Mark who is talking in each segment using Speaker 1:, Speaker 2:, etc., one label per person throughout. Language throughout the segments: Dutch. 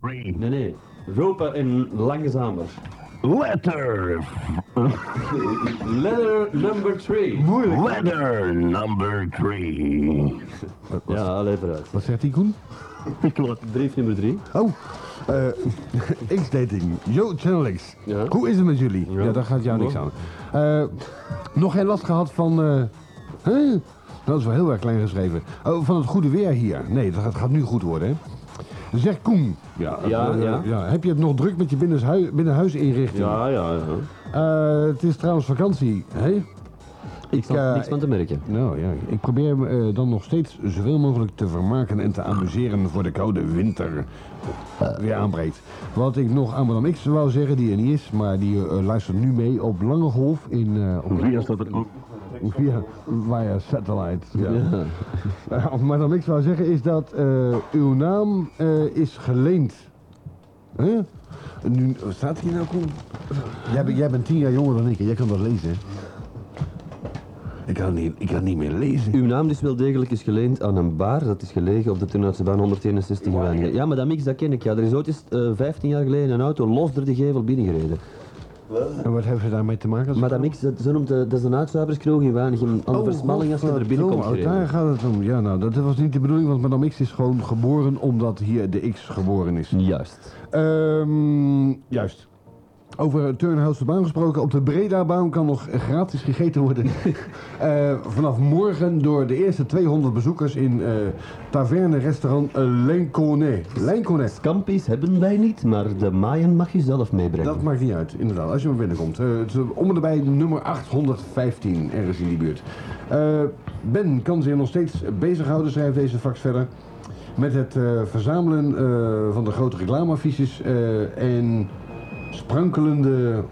Speaker 1: Brain.
Speaker 2: Nee, nee. Roper en langzamer.
Speaker 1: Letter.
Speaker 2: Letter number 3.
Speaker 3: Moeilijk.
Speaker 1: Letter number 3.
Speaker 2: Ja, alleen vooruit.
Speaker 3: Wat zegt die Koen?
Speaker 2: Brief nummer 3.
Speaker 3: Oh, eh, X-dating. Yo, Channel X.
Speaker 2: Ja.
Speaker 3: Hoe is het met jullie? Ja, daar gaat jou niks aan. Eh, nog geen last gehad van... eh, hè? Dat is wel heel erg klein geschreven. Oh, van het goede weer hier. Nee, dat gaat, gaat nu goed worden, hè? Zeg Koen. Ja,
Speaker 2: Ja,
Speaker 3: eh,
Speaker 2: ja.
Speaker 3: Heb je het nog druk met je binnenshui- binnenhuisinrichting?
Speaker 2: Ja, ja, ja.
Speaker 3: Eh, het is trouwens vakantie, hè?
Speaker 2: Ik snap
Speaker 3: eh,
Speaker 2: niks van te merken.
Speaker 3: Nou ja, ik probeer me eh, dan nog steeds zoveel mogelijk te vermaken en te amuseren voor de koude winter. Weer aanbreekt. Wat ik nog aan Madame X wou zeggen, die er niet is, maar die eh, luistert nu mee op Lange Golf in... eh op-
Speaker 1: Via staat er ook.
Speaker 3: Via, via satellite. Ja.
Speaker 2: Ja.
Speaker 3: Eh, wat Madame X wou zeggen is dat eh, uw naam eh, is geleend. Huh? Nu, staat hier nou Koen? Jij, bent- jij bent tien jaar jonger dan ik en jij kan dat lezen, hè? Ik kan niet, ik kan niet meer lezen.
Speaker 2: Uw naam dus wel degelijk is geleend aan een bar dat is gelegen op de Turnhoutse baan 161 in Wageningen. Ja, maar dat mix, dat ken ik. Ja. Er is ooit eens, eh, 15 jaar geleden een auto los door de gevel binnengereden.
Speaker 3: En wat hebben ze daarmee te maken?
Speaker 2: Maar dat mix, dat, ze noemt, eh, dat is een uitzuiverskroeg in Wageningen. Aan de versmalling als je er binnen komt
Speaker 3: oh, daar
Speaker 2: gereden.
Speaker 3: gaat het om. Ja, nou, dat was niet de bedoeling, want Madame X is gewoon geboren omdat hier de X geboren is.
Speaker 2: Juist.
Speaker 3: Ehm, juist. Over Turnhoutse baan gesproken, op de Breda-baan kan nog gratis gegeten worden. Eh, vanaf morgen door de eerste 200 bezoekers in eh, taverne-restaurant Lenconet. Lenconet.
Speaker 2: Kampies hebben wij niet, maar de maaien mag je zelf meebrengen.
Speaker 3: Dat maakt niet uit, inderdaad, als je maar binnenkomt. Eh, het is om en nabij nummer 815, ergens in die buurt. Eh, ben kan zich nog steeds bezighouden, schrijft deze fax verder, met het eh, verzamelen eh, van de grote reclameaffiches eh, en sprankelende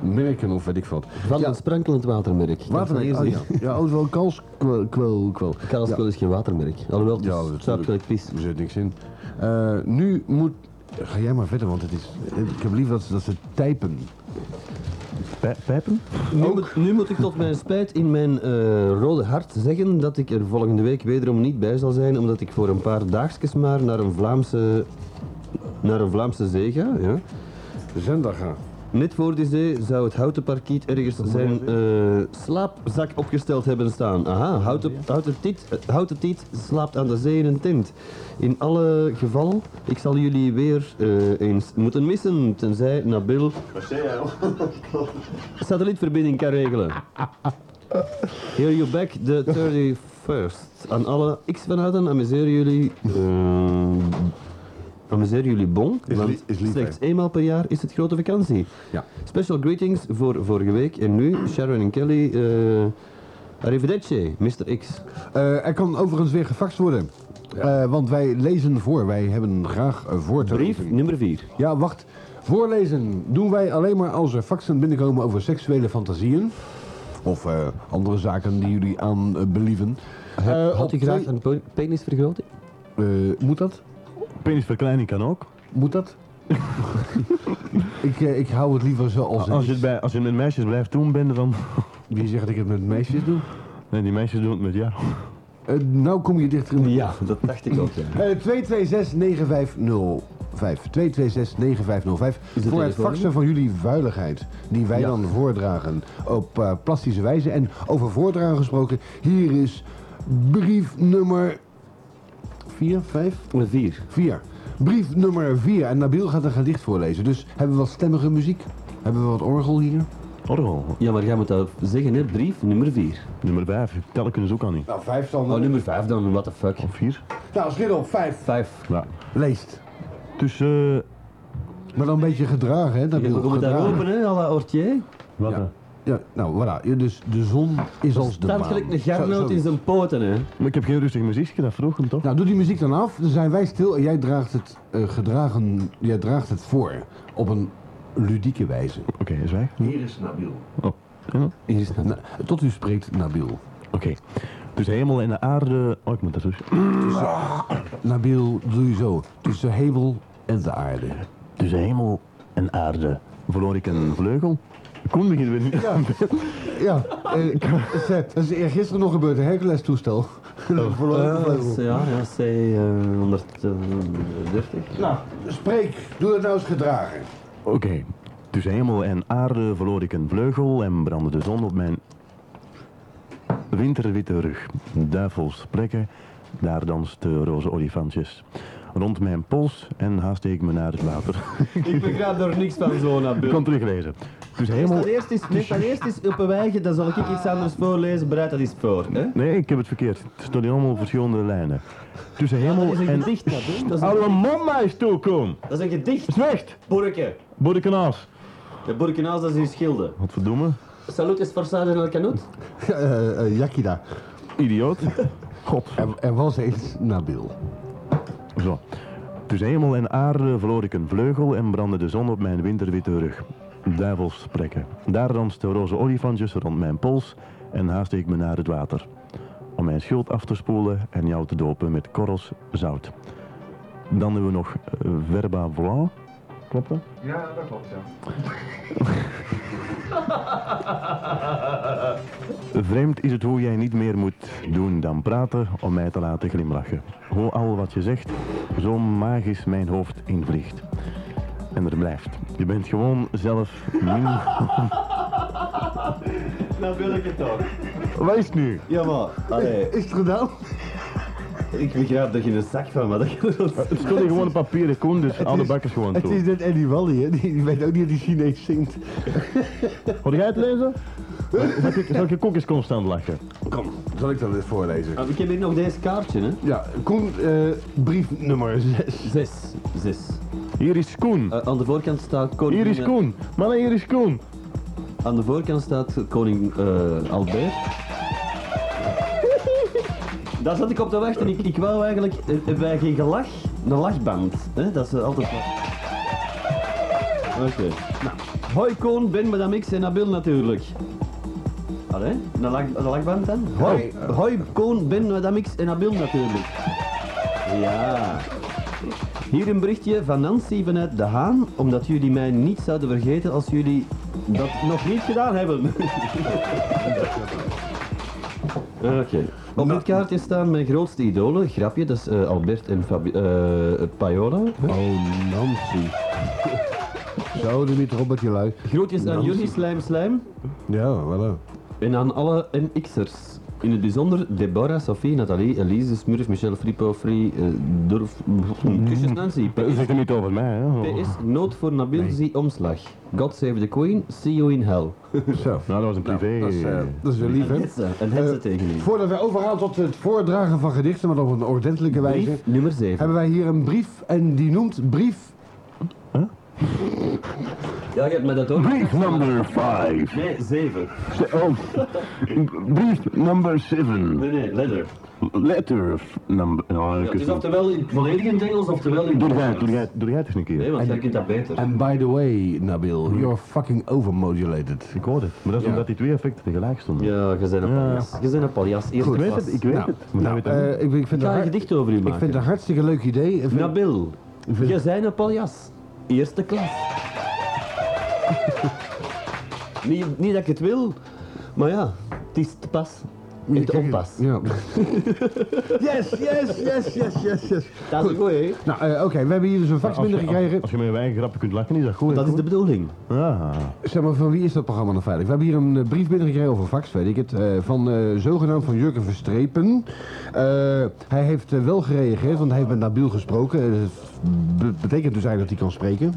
Speaker 3: merken of weet ik wat.
Speaker 2: Van
Speaker 3: Ja.
Speaker 2: een sprankelend watermerk.
Speaker 3: Watermerk, oh ja. Ja, ook wel kals, kwel, kwel, kwel.
Speaker 2: Kaalskool is geen watermerk. Alhoewel, het
Speaker 3: Ja,
Speaker 2: ja,
Speaker 3: natuurlijk.
Speaker 2: zuipt gelijk pis.
Speaker 3: Er zit niks in. Eh, nu moet... Ga jij maar verder, want het is... Ik heb liever dat ze, dat ze typen.
Speaker 1: Pijpen?
Speaker 2: Nu moet, nu moet ik tot mijn spijt in mijn eh, rode hart zeggen dat ik er volgende week wederom niet bij zal zijn, omdat ik voor een paar daagjes maar naar een Vlaamse, naar een Vlaamse zee ga. Ja.
Speaker 3: Zender gaan.
Speaker 2: Net voor die zee zou het houten parkiet ergens zijn eh, slaapzak opgesteld hebben staan. Aha, houten, houten, tiet, eh, houten tiet slaapt aan de zee in een tent. In alle gevallen, ik zal jullie weer eh, eens moeten missen, tenzij Nabil satellietverbinding kan regelen. Here you back the 31st. Aan alle X-fanaten, amuseer jullie... eh, Amuseer jullie bon,
Speaker 3: Is
Speaker 2: want
Speaker 3: li- is lief, hè?
Speaker 2: slechts eenmaal per jaar is het grote vakantie.
Speaker 3: Ja.
Speaker 2: Special greetings voor vorige week en nu Sharon en Kelly. eh arrivederci, Mr. X.
Speaker 3: Eh, er kan overigens weer gefaxt worden. Eh, want wij lezen voor. Wij hebben graag eh, voor te
Speaker 2: Brief
Speaker 3: lezen.
Speaker 2: nummer 4.
Speaker 3: Ja, wacht. Voorlezen doen wij alleen maar als er faxen binnenkomen over seksuele fantasieën. Of eh, andere zaken die jullie aan eh, believen. Eh, op
Speaker 2: Had u graag
Speaker 3: twee-
Speaker 2: een pe- penisvergroting?
Speaker 3: eh, moet dat?
Speaker 1: Penisverkleining kan ook.
Speaker 3: Moet dat? ik, eh, ik hou het liever zo als...
Speaker 1: Als je, het bij, als je met meisjes blijft doen, ben je dan...
Speaker 3: Wie zegt dat ik het met meisjes doe?
Speaker 1: Nee, die meisjes doen het met jou.
Speaker 3: Eh, nou kom je dichter in de
Speaker 2: Ja, dat dacht ik ook. Ja.
Speaker 3: Eh, 226-9505. 226-9505.
Speaker 2: het
Speaker 3: Voor het
Speaker 2: telefoonnummer?
Speaker 3: faxen van jullie vuiligheid. Die wij
Speaker 2: Ja.
Speaker 3: dan voordragen. Op eh, plastische wijze. En over voordragen gesproken. Hier is brief nummer 4, 5,
Speaker 2: 4.
Speaker 3: 4. Brief nummer 4. En Nabil gaat een gedicht voorlezen. Dus hebben we wat stemmige muziek? Hebben we wat orgel hier?
Speaker 1: Orgel.
Speaker 2: Ja, maar jij moet dat zeggen, hè? Brief nummer 4.
Speaker 1: Nummer 5. Tellen kunnen ze ook al niet.
Speaker 3: Nou, 5 zal
Speaker 2: Oh, nummer 5 dan, what the fuck.
Speaker 1: Of 4.
Speaker 3: Nou, schiet op, 5.
Speaker 2: 5.
Speaker 1: Ja. Dus, eh,
Speaker 3: Leest.
Speaker 1: Tussen...
Speaker 3: Maar dan een beetje gedragen, hè?
Speaker 2: Je
Speaker 3: Nabil,
Speaker 2: moet daar
Speaker 3: Gedragen.
Speaker 2: open, hè, à la Ortier.
Speaker 1: Wat?
Speaker 3: Ja.
Speaker 1: eh?
Speaker 3: Ja, nou, voilà. Ja, dus de zon is als de maan.
Speaker 2: Staat gelijk een
Speaker 3: Zo-
Speaker 2: garnoot
Speaker 3: zoiets.
Speaker 2: in zijn poten, hè.
Speaker 1: Maar ik heb geen rustig muziekje, dat vroeg hem toch?
Speaker 3: Nou, doe die muziek dan af. Dan zijn wij stil en jij draagt het, eh, gedragen, jij draagt het voor. Op een ludieke wijze.
Speaker 1: Oké, is zwijg.
Speaker 3: Hier is Nabil.
Speaker 1: Oh,
Speaker 2: Hier is het.
Speaker 3: nou, tot u spreekt Nabil.
Speaker 1: Oké. Dus hemel en de aarde... Oh, ik moet dat dus...
Speaker 3: Nabil, doe je zo. Tussen hemel en de aarde.
Speaker 1: Tussen Dus hemel en aarde verloor ik een vleugel. Koen begint weer niet.
Speaker 3: Ja, eh, dat is eergisteren nog gebeurd. Een Hercules toestel.
Speaker 2: Ja, ja, zij... eh, 230.
Speaker 3: Nou, spreek. Doe dat nou eens gedragen.
Speaker 1: Oké. Dus hemel en aarde verloor ik een vleugel en brandde de zon op mijn winterwitte rug. Duivels plekken, daar dansten roze olifantjes. Rond mijn pols en haastte ik me naar het water.
Speaker 2: Ik begrijp er niks van, zo naar
Speaker 1: Ik kon teruglezen. Dus hemel...
Speaker 2: Meestal eerst is, meestal eerst is op een wijge, dan zal ik iets anders voorlezen. Bereid dat iets voor, hè?
Speaker 1: Nee, ik heb het verkeerd. Het staan hier allemaal verschillende lijnen. Tussen hemel
Speaker 2: Dat is een
Speaker 1: en...
Speaker 2: gedicht, dat, hè? Dat is een,
Speaker 1: Alle man mij is toekom!
Speaker 2: dat is een gedicht.
Speaker 1: Zwijgt!
Speaker 2: Borke.
Speaker 1: Boerenkanaals.
Speaker 2: De Burkinaas, dat is uw schilder.
Speaker 1: Wat verdomme.
Speaker 2: Salut is voor Sarah El Canut.
Speaker 3: Eh, eh, Yakida.
Speaker 1: Idioot. God.
Speaker 3: Er, er was eens Nabil.
Speaker 1: Zo. Tussen hemel en aarde verloor ik een vleugel en brandde de zon op mijn winterwitte rug. Duivels plekken. Daar dansten roze olifantjes rond mijn pols en haastte ik me naar het water. Om mijn schuld af te spoelen en jou te dopen met korrels zout. Dan doen we nog eh, verba volant. Klopt dat?
Speaker 4: Ja, dat klopt, ja.
Speaker 1: Vreemd is het hoe jij niet meer moet doen dan praten om mij te laten glimlachen. Hoe al wat je zegt, zo magisch mijn hoofd invliegt. En er blijft. Je bent gewoon zelf min...
Speaker 2: Nou wil ik het toch.
Speaker 1: Wat is het nu?
Speaker 2: Ja, maar, allee,
Speaker 3: Is het gedaan?
Speaker 2: ik begrijp dat je een zak van maar dat je
Speaker 1: Het stond hier gewoon een papieren koen, dus oude bakkers gewoon
Speaker 3: Het
Speaker 1: toe.
Speaker 3: is net Eddie Wally, hè? Die, die weet ook niet dat hij Chinees zingt.
Speaker 1: Hoor jij het lezen? Zal ik, zal ik je kokjes constant lachen?
Speaker 3: Kom, zal ik dat eens voorlezen?
Speaker 2: Ik heb hier nog deze kaartje, hè?
Speaker 3: Ja, Koen, eh, brief nummer 6.
Speaker 2: Zes. Zes.
Speaker 1: Hier is Koen.
Speaker 2: Eh, aan de voorkant staat eh, koning...
Speaker 1: Hier is Koen. Mannen, hier is Koen.
Speaker 2: Aan de voorkant staat koning eh, Albert. Daar zat ik op te wachten. Ik, ik wou eigenlijk, eh, hebben wij geen gelach? Een lachband. Hè? Dat is altijd wat. Oké. Nou. Hoi Koen, Ben, Madame X en Nabil natuurlijk. Allee, een, lach, een lachband dan? Hoi, hoi Koen, Ben, Madame X en Nabil natuurlijk. Ja. Hier een berichtje van Nancy vanuit De Haan, omdat jullie mij niet zouden vergeten als jullie dat nog niet gedaan hebben. Oké. Op dit kaartje staan mijn grootste idolen, grapje, dat is eh, Albert en Fabi eh, Paola.
Speaker 3: Oh, Nancy. Zo, de niet Robert, je lui.
Speaker 2: Groetjes aan jullie, slijm, slijm.
Speaker 3: Ja, voilà.
Speaker 2: En aan alle MX'ers. In het bijzonder Deborah, Sophie, Nathalie, Elise, Smurf, Michelle, Fripo, Free, eh, Durf, kusjes Nancy.
Speaker 1: Dat zegt er niet over mij, hè?
Speaker 2: PS, nood voor Nabil, zie omslag. God save the queen, see you in hell.
Speaker 3: Zo.
Speaker 1: Nou, dat was een privé...
Speaker 3: Dat is, eh, dat is weer lief, hè?
Speaker 2: Een hetze tegen u.
Speaker 3: Voordat wij overgaan tot het voordragen van gedichten, maar op een ordentelijke wijze,
Speaker 2: Brief nummer 7.
Speaker 3: hebben wij hier een brief en die noemt brief.
Speaker 2: Ja, je hebt me dat ook.
Speaker 1: Brief number 5.
Speaker 2: Nee, 7.
Speaker 1: Oh, brief number 7.
Speaker 2: Nee, nee, letter.
Speaker 1: Letter f- number. Oh,
Speaker 2: Ja,
Speaker 1: ik
Speaker 2: het is
Speaker 1: het niet.
Speaker 2: oftewel in, volledig in het Engels, oftewel in
Speaker 1: Doe jij, doe jij, doe jij het eens een keer.
Speaker 2: Nee, want jij kunt dat beter.
Speaker 3: And by the way, Nabil, you're fucking overmodulated.
Speaker 1: Ik hoorde het, maar dat is
Speaker 3: Ja.
Speaker 1: omdat die twee effecten tegelijk stonden.
Speaker 2: Ja, je bent een paljas. Je bent een paljas. Eerste
Speaker 1: Ik weet
Speaker 2: klas.
Speaker 1: het, ik weet
Speaker 3: Nou,
Speaker 1: het. Maar nou, weet het
Speaker 3: Eh, ik, ik vind
Speaker 2: Ik ga een
Speaker 3: het
Speaker 2: gedicht over u
Speaker 3: ik vind het
Speaker 2: maken.
Speaker 3: een hartstikke leuk idee. Ik vind-
Speaker 2: Nabil,
Speaker 3: vind-
Speaker 2: je bent een paljas. Eerste klas. niet, niet dat ik het wil, maar ja, het is te pas. En te
Speaker 3: Kijk,
Speaker 2: onpas.
Speaker 3: Ja. yes, yes, yes, yes, yes, yes.
Speaker 2: Dat is goed, hè?
Speaker 3: Nou, eh, oké, we hebben hier dus een fax
Speaker 1: als,
Speaker 3: minder
Speaker 1: je-
Speaker 3: gekregen.
Speaker 1: als je met je eigen grappen kunt lachen, is dat goed. Ah, hè?
Speaker 2: Dat is de bedoeling.
Speaker 1: Ja.
Speaker 3: Zeg maar, van wie is dat programma nou veilig? We hebben hier een eh, brief binnengekregen over fax, weet ik het. eh, van eh, zogenaamd van Jurgen Verstrepen. Eh, hij heeft eh, wel gereageerd, want hij heeft met Nabil gesproken. Eh, dat be- betekent dus eigenlijk dat hij kan spreken.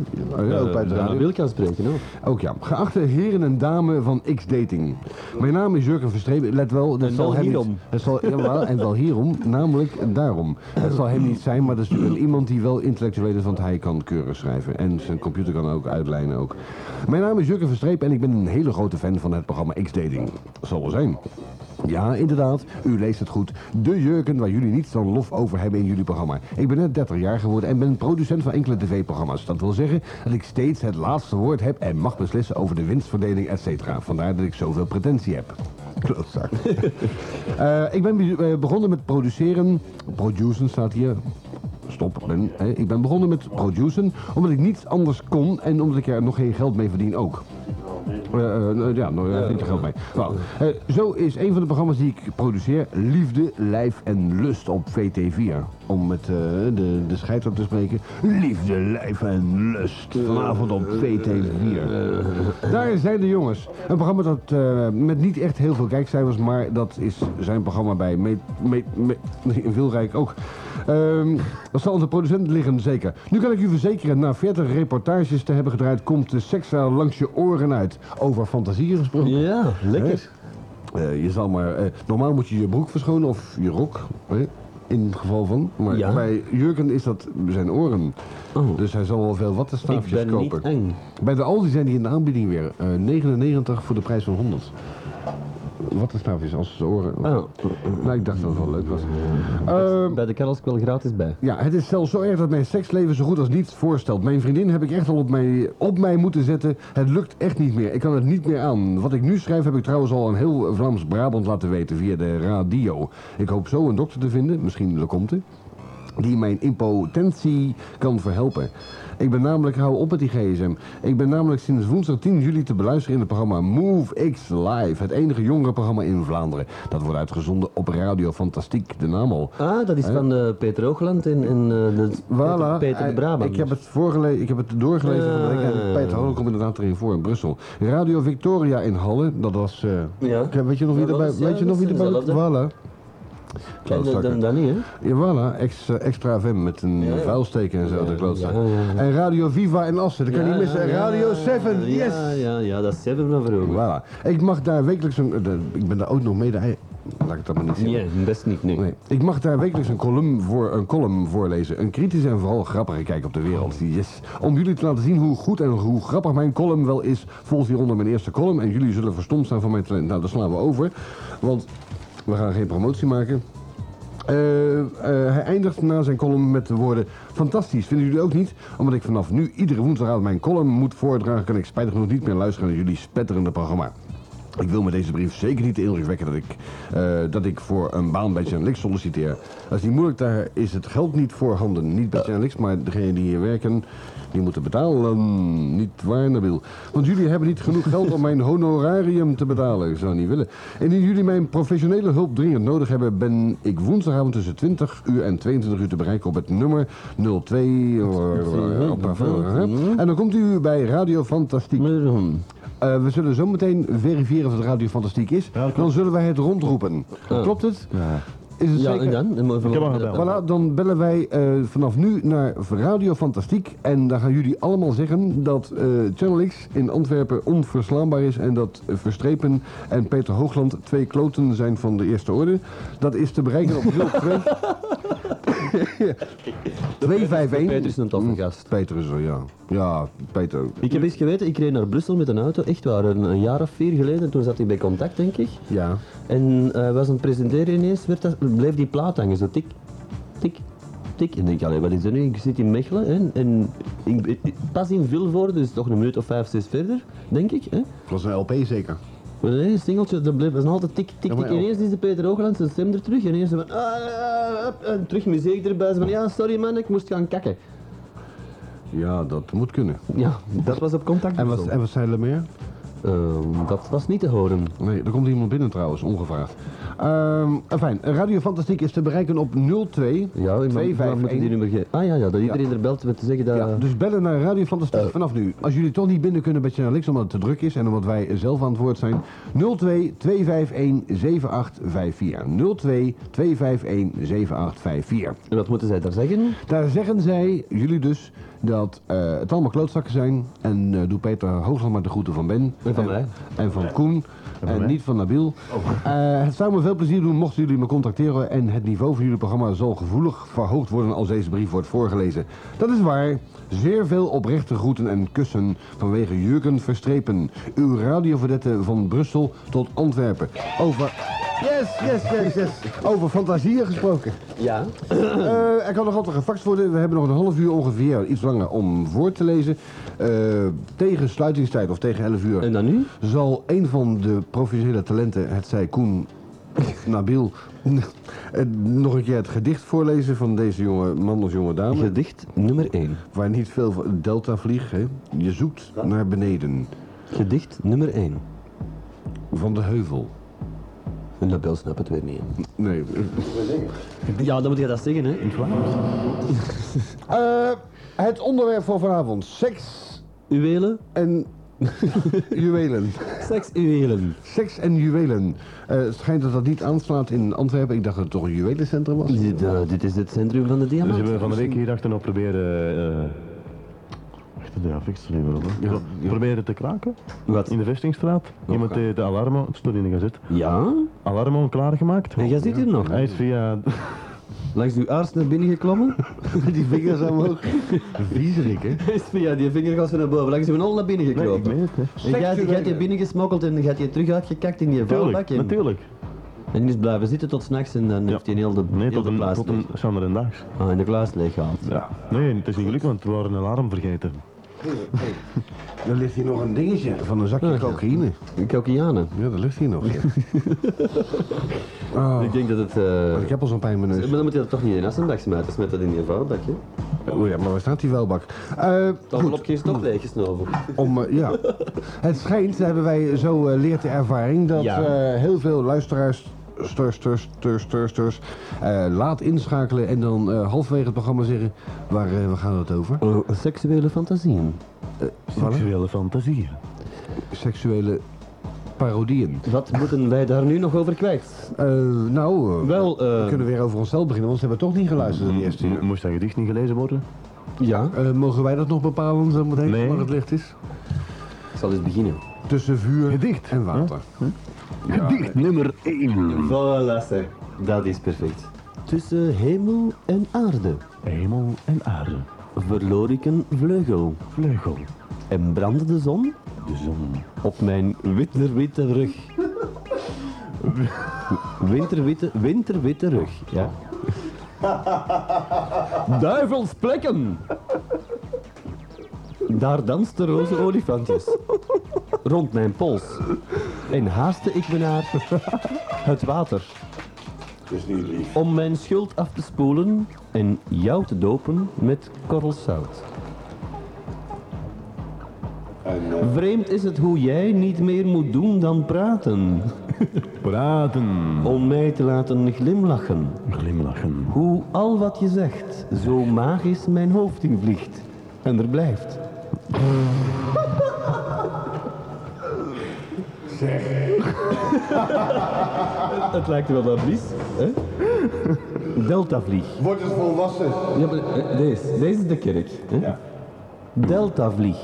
Speaker 3: Eh, ook uit de radio.
Speaker 2: Nabil kan spreken, hoor.
Speaker 3: Ook ja. Geachte heren en dames van X-Dating. Mijn naam is Jurgen Verstrepen. Let wel, dat
Speaker 2: En
Speaker 3: zal
Speaker 2: wel
Speaker 3: hem
Speaker 2: hierom.
Speaker 3: Niet, het zal, jawel, en wel hierom, namelijk daarom. Het zal hem niet zijn, maar dat is natuurlijk wel iemand die wel intellectueel is, want hij kan keurig schrijven. En zijn computer kan ook uitlijnen ook. Mijn naam is Jurgen Verstrepen en ik ben een hele grote fan van het programma X-Dating. Zal wel zijn. Ja, inderdaad. U leest het goed. De jurken waar jullie niets dan lof over hebben in jullie programma. Ik ben net 30 jaar geworden en ben producent van enkele tv-programma's. Dat wil zeggen dat ik steeds het laatste woord heb en mag beslissen over de winstverdeling, et cetera. Vandaar dat ik zoveel pretentie heb. Klootzak. Eh, ik ben bezu- eh, begonnen met produceren. Produceren staat hier. Stop. Ben, eh, ik ben begonnen met produceren omdat ik niets anders kon en omdat ik er nog geen geld mee verdien ook. Eh, eh, ja, nou, daar heb je niet te geld mee. Nou, eh, zo is een van de programma's die ik produceer Liefde, Lijf en Lust op VT4. Om met eh, de, de scheids op te spreken. Liefde, Lijf en Lust. Vanavond op VT4. Daar zijn de jongens. Een programma dat eh, met niet echt heel veel kijkcijfers, maar dat is zijn programma bij Meet, Meet- Meet- in Wilrijk ook. Ehm dat zal onze producent liggen, zeker. Nu kan ik u verzekeren, na 40 reportages te hebben gedraaid, komt de sekszaal langs je oren uit. Over fantasie gesproken.
Speaker 2: Ja, lekker.
Speaker 3: Eh, je zal maar, eh, normaal moet je je broek verschonen of je rok, hè, in het geval van. Maar
Speaker 2: Ja.
Speaker 3: bij Jurgen is dat zijn oren.
Speaker 2: Oh.
Speaker 3: Dus hij zal wel veel
Speaker 2: Ik
Speaker 3: wattenstaafjes
Speaker 2: ben niet
Speaker 3: kopen.
Speaker 2: eng.
Speaker 3: Bij de Aldi zijn die in de aanbieding weer. eh, 99 voor de prijs van 100. Wat de staaf is nou als de oren.
Speaker 2: Oh,
Speaker 3: Nou, ik dacht dat het wel leuk was. Ehm,
Speaker 2: bij de Karels wel gratis bij.
Speaker 3: ja, het is zelfs zo erg dat mijn seksleven zo goed als niets voorstelt. Mijn vriendin heb ik echt al op mij, op mij moeten zetten. Het lukt echt niet meer. Ik kan het niet meer aan. Wat ik nu schrijf heb ik trouwens al aan heel Vlaams-Brabant laten weten via de radio. Ik hoop zo een dokter te vinden, misschien de Comte, die mijn impotentie kan verhelpen. Ik ben namelijk, hou op met die gsm, ik ben namelijk sinds woensdag 10 juli te beluisteren in het programma Move X Live. Het enige jongerenprogramma in Vlaanderen. Dat wordt uitgezonden op Radio Fantastiek, de naam al.
Speaker 2: Ah, dat is van eh, Peter Hoogland en, en eh, de
Speaker 3: Voilà.
Speaker 2: Peter, Peter de Brabant.
Speaker 3: Ik heb het, voorgelezen, ik heb het doorgelezen van de week. En
Speaker 2: Ja.
Speaker 3: Peter Holle komt inderdaad erin voor in Brussel. Radio Victoria in Halle, dat was... eh,
Speaker 2: Ja.
Speaker 3: ik- Weet je nog wie
Speaker 2: Ja, dat
Speaker 3: erbij...
Speaker 2: is- ja,
Speaker 3: weet je nog
Speaker 2: dat
Speaker 3: wie
Speaker 2: is
Speaker 3: erbij...
Speaker 2: hetzelfde.
Speaker 3: Voilà.
Speaker 2: Ken
Speaker 3: Klootzakken.
Speaker 2: dan, dan niet, hè?
Speaker 3: Ja, voilà. Ex, eh, extra FM met een
Speaker 2: Ja, ja.
Speaker 3: vuilsteken en zo, de klootzak.
Speaker 2: Ja, ja, ja.
Speaker 3: En Radio Viva in Assen, dat kan je niet missen. Radio 7,
Speaker 2: ja,
Speaker 3: yes!
Speaker 2: Ja, ja, ja, dat is Seven van vroeger.
Speaker 3: Voilà. Ik mag daar wekelijks een... de- ik ben daar ook nog mede... ei- Laat ik het dat maar niet zeggen.
Speaker 2: Nee, best niet, nee.
Speaker 3: Nee. Ik mag daar wekelijks een column, voor, een column voorlezen. Een kritische en vooral grappige kijk op de wereld. Yes. Om jullie te laten zien hoe goed en hoe grappig mijn column wel is, volgt hieronder mijn eerste column. En jullie zullen verstomd staan van mijn talent. Nou, daar slaan we over. Want we gaan geen promotie maken. Eh, eh, hij eindigt na zijn column met de woorden... Fantastisch, vinden jullie ook niet? Omdat ik vanaf nu iedere woensdagavond mijn column moet voordragen... kan ik spijtig genoeg niet meer luisteren naar jullie spetterende programma. Ik wil met deze brief zeker niet de indruk wekken dat ik, eh, dat ik voor een baan bij Jan Lix solliciteer. Dat is niet moeilijk, daar is het geld niet voorhanden. Niet bij Jan Lix, maar degenen die hier werken, die moeten betalen. Niet waar, Nabil? Want jullie hebben niet genoeg geld om mijn honorarium te betalen. Ik zou niet willen. Indien jullie mijn professionele hulp dringend nodig hebben, ben ik woensdagavond tussen 20 uur en 22 uur te bereiken op het nummer 02... En dan komt u bij Radio Fantastiek. Eh, we zullen zo meteen verifiëren of het Radio Fantastiek is. dan zullen wij het rondroepen. Klopt het? Is het
Speaker 2: Ja,
Speaker 3: zeker?
Speaker 2: en dan? En mogen we-
Speaker 1: Ik heb al gedaan.
Speaker 3: Voilà, dan bellen wij eh, vanaf nu naar Radio Fantastiek. En dan gaan jullie allemaal zeggen dat eh, Channel X in Antwerpen onverslaanbaar is. En dat Verstrepen en Peter Hoogland twee kloten zijn van de eerste orde. Dat is te bereiken op 02... 251.
Speaker 2: Peter is een toffe gast.
Speaker 3: Peter is er, ja. Ja, Peter.
Speaker 2: Ik heb eens geweten, ik reed naar Brussel met een auto, echt waar, een, een jaar of vier geleden. Toen zat ik bij Contact, denk ik.
Speaker 3: Ja.
Speaker 2: En eh was aan het presenteren ineens, werd dat, bleef die plaat hangen, zo tik, tik, tik. En denk ik, allee, wat is er nu? Ik zit in Mechelen hè, en ik, ik- pas in Vilvoorde, dus toch een minuut of vijf, zes verder, denk ik. Hè.
Speaker 3: Het was een LP zeker.
Speaker 2: Maar nee, een singeltje, dat bleef, was nog altijd tik, tik,
Speaker 3: Ja, maar
Speaker 2: tik.
Speaker 3: ja.
Speaker 2: Ineens is de Peter Oogland zijn stem er terug en ineens zo van, ah, ah, ah, en terug muziek erbij. Zo van, ja, sorry man, ik moest gaan kakken.
Speaker 3: Ja, dat moet kunnen.
Speaker 2: Ja, dat was op contact.
Speaker 3: En wat,
Speaker 2: Brussel.
Speaker 3: en wat zei Lemire?
Speaker 2: Ehm, dat was niet te horen.
Speaker 3: Nee, er komt iemand binnen trouwens, ongevraagd. Ehm fijn, Radio Fantastiek is te bereiken op 02.
Speaker 2: Ja, maar- maar
Speaker 3: 251.
Speaker 2: moeten die nummer geven? Ah ja, ja, dat iedereen er belt met te zeggen dat...
Speaker 3: Ja, dus bellen naar Radio Fantastiek vanaf nu. Als jullie toch niet binnen kunnen bij Channel X omdat het te druk is en omdat wij zelf aan het woord zijn. 02 251 7854. 02 251 7854.
Speaker 2: En wat moeten zij daar zeggen?
Speaker 3: Daar zeggen zij, jullie dus, dat eh, het allemaal klootzakken zijn. En eh, doe Peter Hoogland maar de groeten van Ben.
Speaker 2: En van mij.
Speaker 3: En van Koen. En, niet van Nabil.
Speaker 2: Oh.
Speaker 3: Eh, het zou me veel plezier doen mochten jullie me contacteren. En het niveau van jullie programma zal gevoelig verhoogd worden als deze brief wordt voorgelezen. Dat is waar. Zeer veel oprechte groeten en kussen vanwege Jurgen Verstrepen. Uw radioverdette van Brussel tot Antwerpen. Over... Yes, yes, yes, yes. Over fantasieën gesproken.
Speaker 2: Ja.
Speaker 3: Eh, er kan nog altijd gefaxt worden. We hebben nog een half uur ongeveer, iets langer, om voor te lezen. Eh, tegen sluitingstijd of tegen 11 uur
Speaker 2: En dan nu?
Speaker 3: zal een van de professionele talenten, het zij Koen of Nabil, eh, nog een keer het gedicht voorlezen van deze jonge man of jonge dame.
Speaker 2: Gedicht nummer 1.
Speaker 3: Waar niet veel van- delta vlieg, hè. Je zoekt naar beneden.
Speaker 2: Gedicht nummer 1.
Speaker 3: Van de heuvel.
Speaker 2: En Nabel snapt het weer niet.
Speaker 3: Nee.
Speaker 2: Ja, dan moet je dat zeggen, hè?
Speaker 3: Eh, het onderwerp voor vanavond. Seks
Speaker 2: Uwelen?
Speaker 3: en juwelen.
Speaker 2: Seksuelen.
Speaker 3: Seks en juwelen. Eh, het schijnt dat dat niet aanslaat in Antwerpen. Ik dacht dat het toch een juwelencentrum was.
Speaker 2: Dit, eh, dit is het centrum van de
Speaker 1: Dus we
Speaker 2: diamant.
Speaker 1: hebben van de week hier achter nog proberen... eh, achter de affix niet meer op. hè. Zo, Proberen te kraken
Speaker 2: Wat?
Speaker 1: in de Vestingstraat. Iemand
Speaker 3: oké.
Speaker 1: deed de alarmo... Het stond in de gazet.
Speaker 2: Ja?
Speaker 1: Alarmo klaargemaakt.
Speaker 2: En jij zit hier nog?
Speaker 1: Hij is via...
Speaker 2: Langs uw aars naar binnen geklommen?
Speaker 3: Die vingers omhoog. Viezerik, hè?
Speaker 2: Hij is via die vingergas van naar boven. Langs uw al naar binnen
Speaker 1: Nee, ik
Speaker 2: gekropen.
Speaker 1: meen het, hè.
Speaker 2: en jij jij hebt je binnengesmokkeld en gaat je terug uitgekakt in die vuilbak.
Speaker 1: Tuurlijk,
Speaker 2: En,
Speaker 1: natuurlijk.
Speaker 2: en die is blijven zitten tot s'nachts en dan heeft hij heel de,
Speaker 1: Nee,
Speaker 2: heel
Speaker 1: tot
Speaker 2: de
Speaker 1: een,
Speaker 2: plaats
Speaker 1: tot een
Speaker 2: leeg.
Speaker 1: Sander en Daags.
Speaker 2: Ah, en de plaats leeg gehaald.
Speaker 1: Ja. Nee, het is niet gelukt, want we waren een alarm vergeten.
Speaker 3: Er ligt hier nog een dingetje van een zakje cocaïne.
Speaker 2: Kokianen.
Speaker 3: Ja, dat ligt hier nog. ja. Oh,
Speaker 2: Ik denk dat het... eh,
Speaker 3: ik heb al zo'n pijn in mijn
Speaker 2: Maar
Speaker 3: neus.
Speaker 2: dan moet je dat toch niet in Assenbak smijten, smet dat in je vuilbak, hè?
Speaker 3: Oh ja, maar waar staat die welbak? Eh,
Speaker 2: Dat envelopje is toch leeggesnoven.
Speaker 3: om, eh, ja. Het schijnt, hebben wij zo eh leert de ervaring, dat
Speaker 2: Ja.
Speaker 3: eh, heel veel luisteraars sters, sters, sters, sters, sters, eh, laat inschakelen en dan eh, halverwege het programma zeggen, waar, eh, waar gaat het over?
Speaker 2: Oh, seksuele fantasieën.
Speaker 1: Seksuele fantasieën.
Speaker 3: Seksuele parodieën.
Speaker 2: Wat moeten wij daar nu nog over kwijt?
Speaker 3: Eh, nou, eh,
Speaker 2: Wel,
Speaker 3: we
Speaker 2: eh, Mm,
Speaker 3: kunnen weer over onszelf beginnen, want ze hebben toch niet geluisterd in de eerste
Speaker 1: Mo-
Speaker 3: uur.
Speaker 1: Moest dat gedicht niet gelezen worden?
Speaker 2: ja,
Speaker 3: Eh, mogen wij dat nog bepalen zo meteen,
Speaker 1: Nee.
Speaker 3: waar het licht is?
Speaker 2: ik zal eens beginnen.
Speaker 3: Tussen vuur
Speaker 1: Gedicht.
Speaker 3: en water.
Speaker 1: Gedicht nummer 1.
Speaker 2: Voilà, zeg. Dat is perfect. Tussen hemel en aarde
Speaker 1: Hemel en aarde,
Speaker 2: verloor ik een vleugel
Speaker 1: vleugel,
Speaker 2: en brandde de zon
Speaker 1: de zon,
Speaker 2: op mijn winterwitte rug. Winterwitte, winterwitte rug, ja. Duivels plekken! Daar dansten roze olifantjes rond mijn pols. En haaste ik me naar het water. Om mijn schuld af te spoelen en jou te dopen met korrels zout. Vreemd is het hoe jij niet meer moet doen dan praten.
Speaker 1: praten,
Speaker 2: Om mij te laten glimlachen.
Speaker 1: glimlachen.
Speaker 2: Hoe al wat je zegt zo magisch mijn hoofd invliegt. En er blijft. Zeg. het lijkt wel wat blies, hè? Deltavlieg.
Speaker 3: Wordt het volwassen?
Speaker 2: Ja, maar eh, deze, deze is de kerk. Hè?
Speaker 3: Ja.
Speaker 2: Deltavlieg.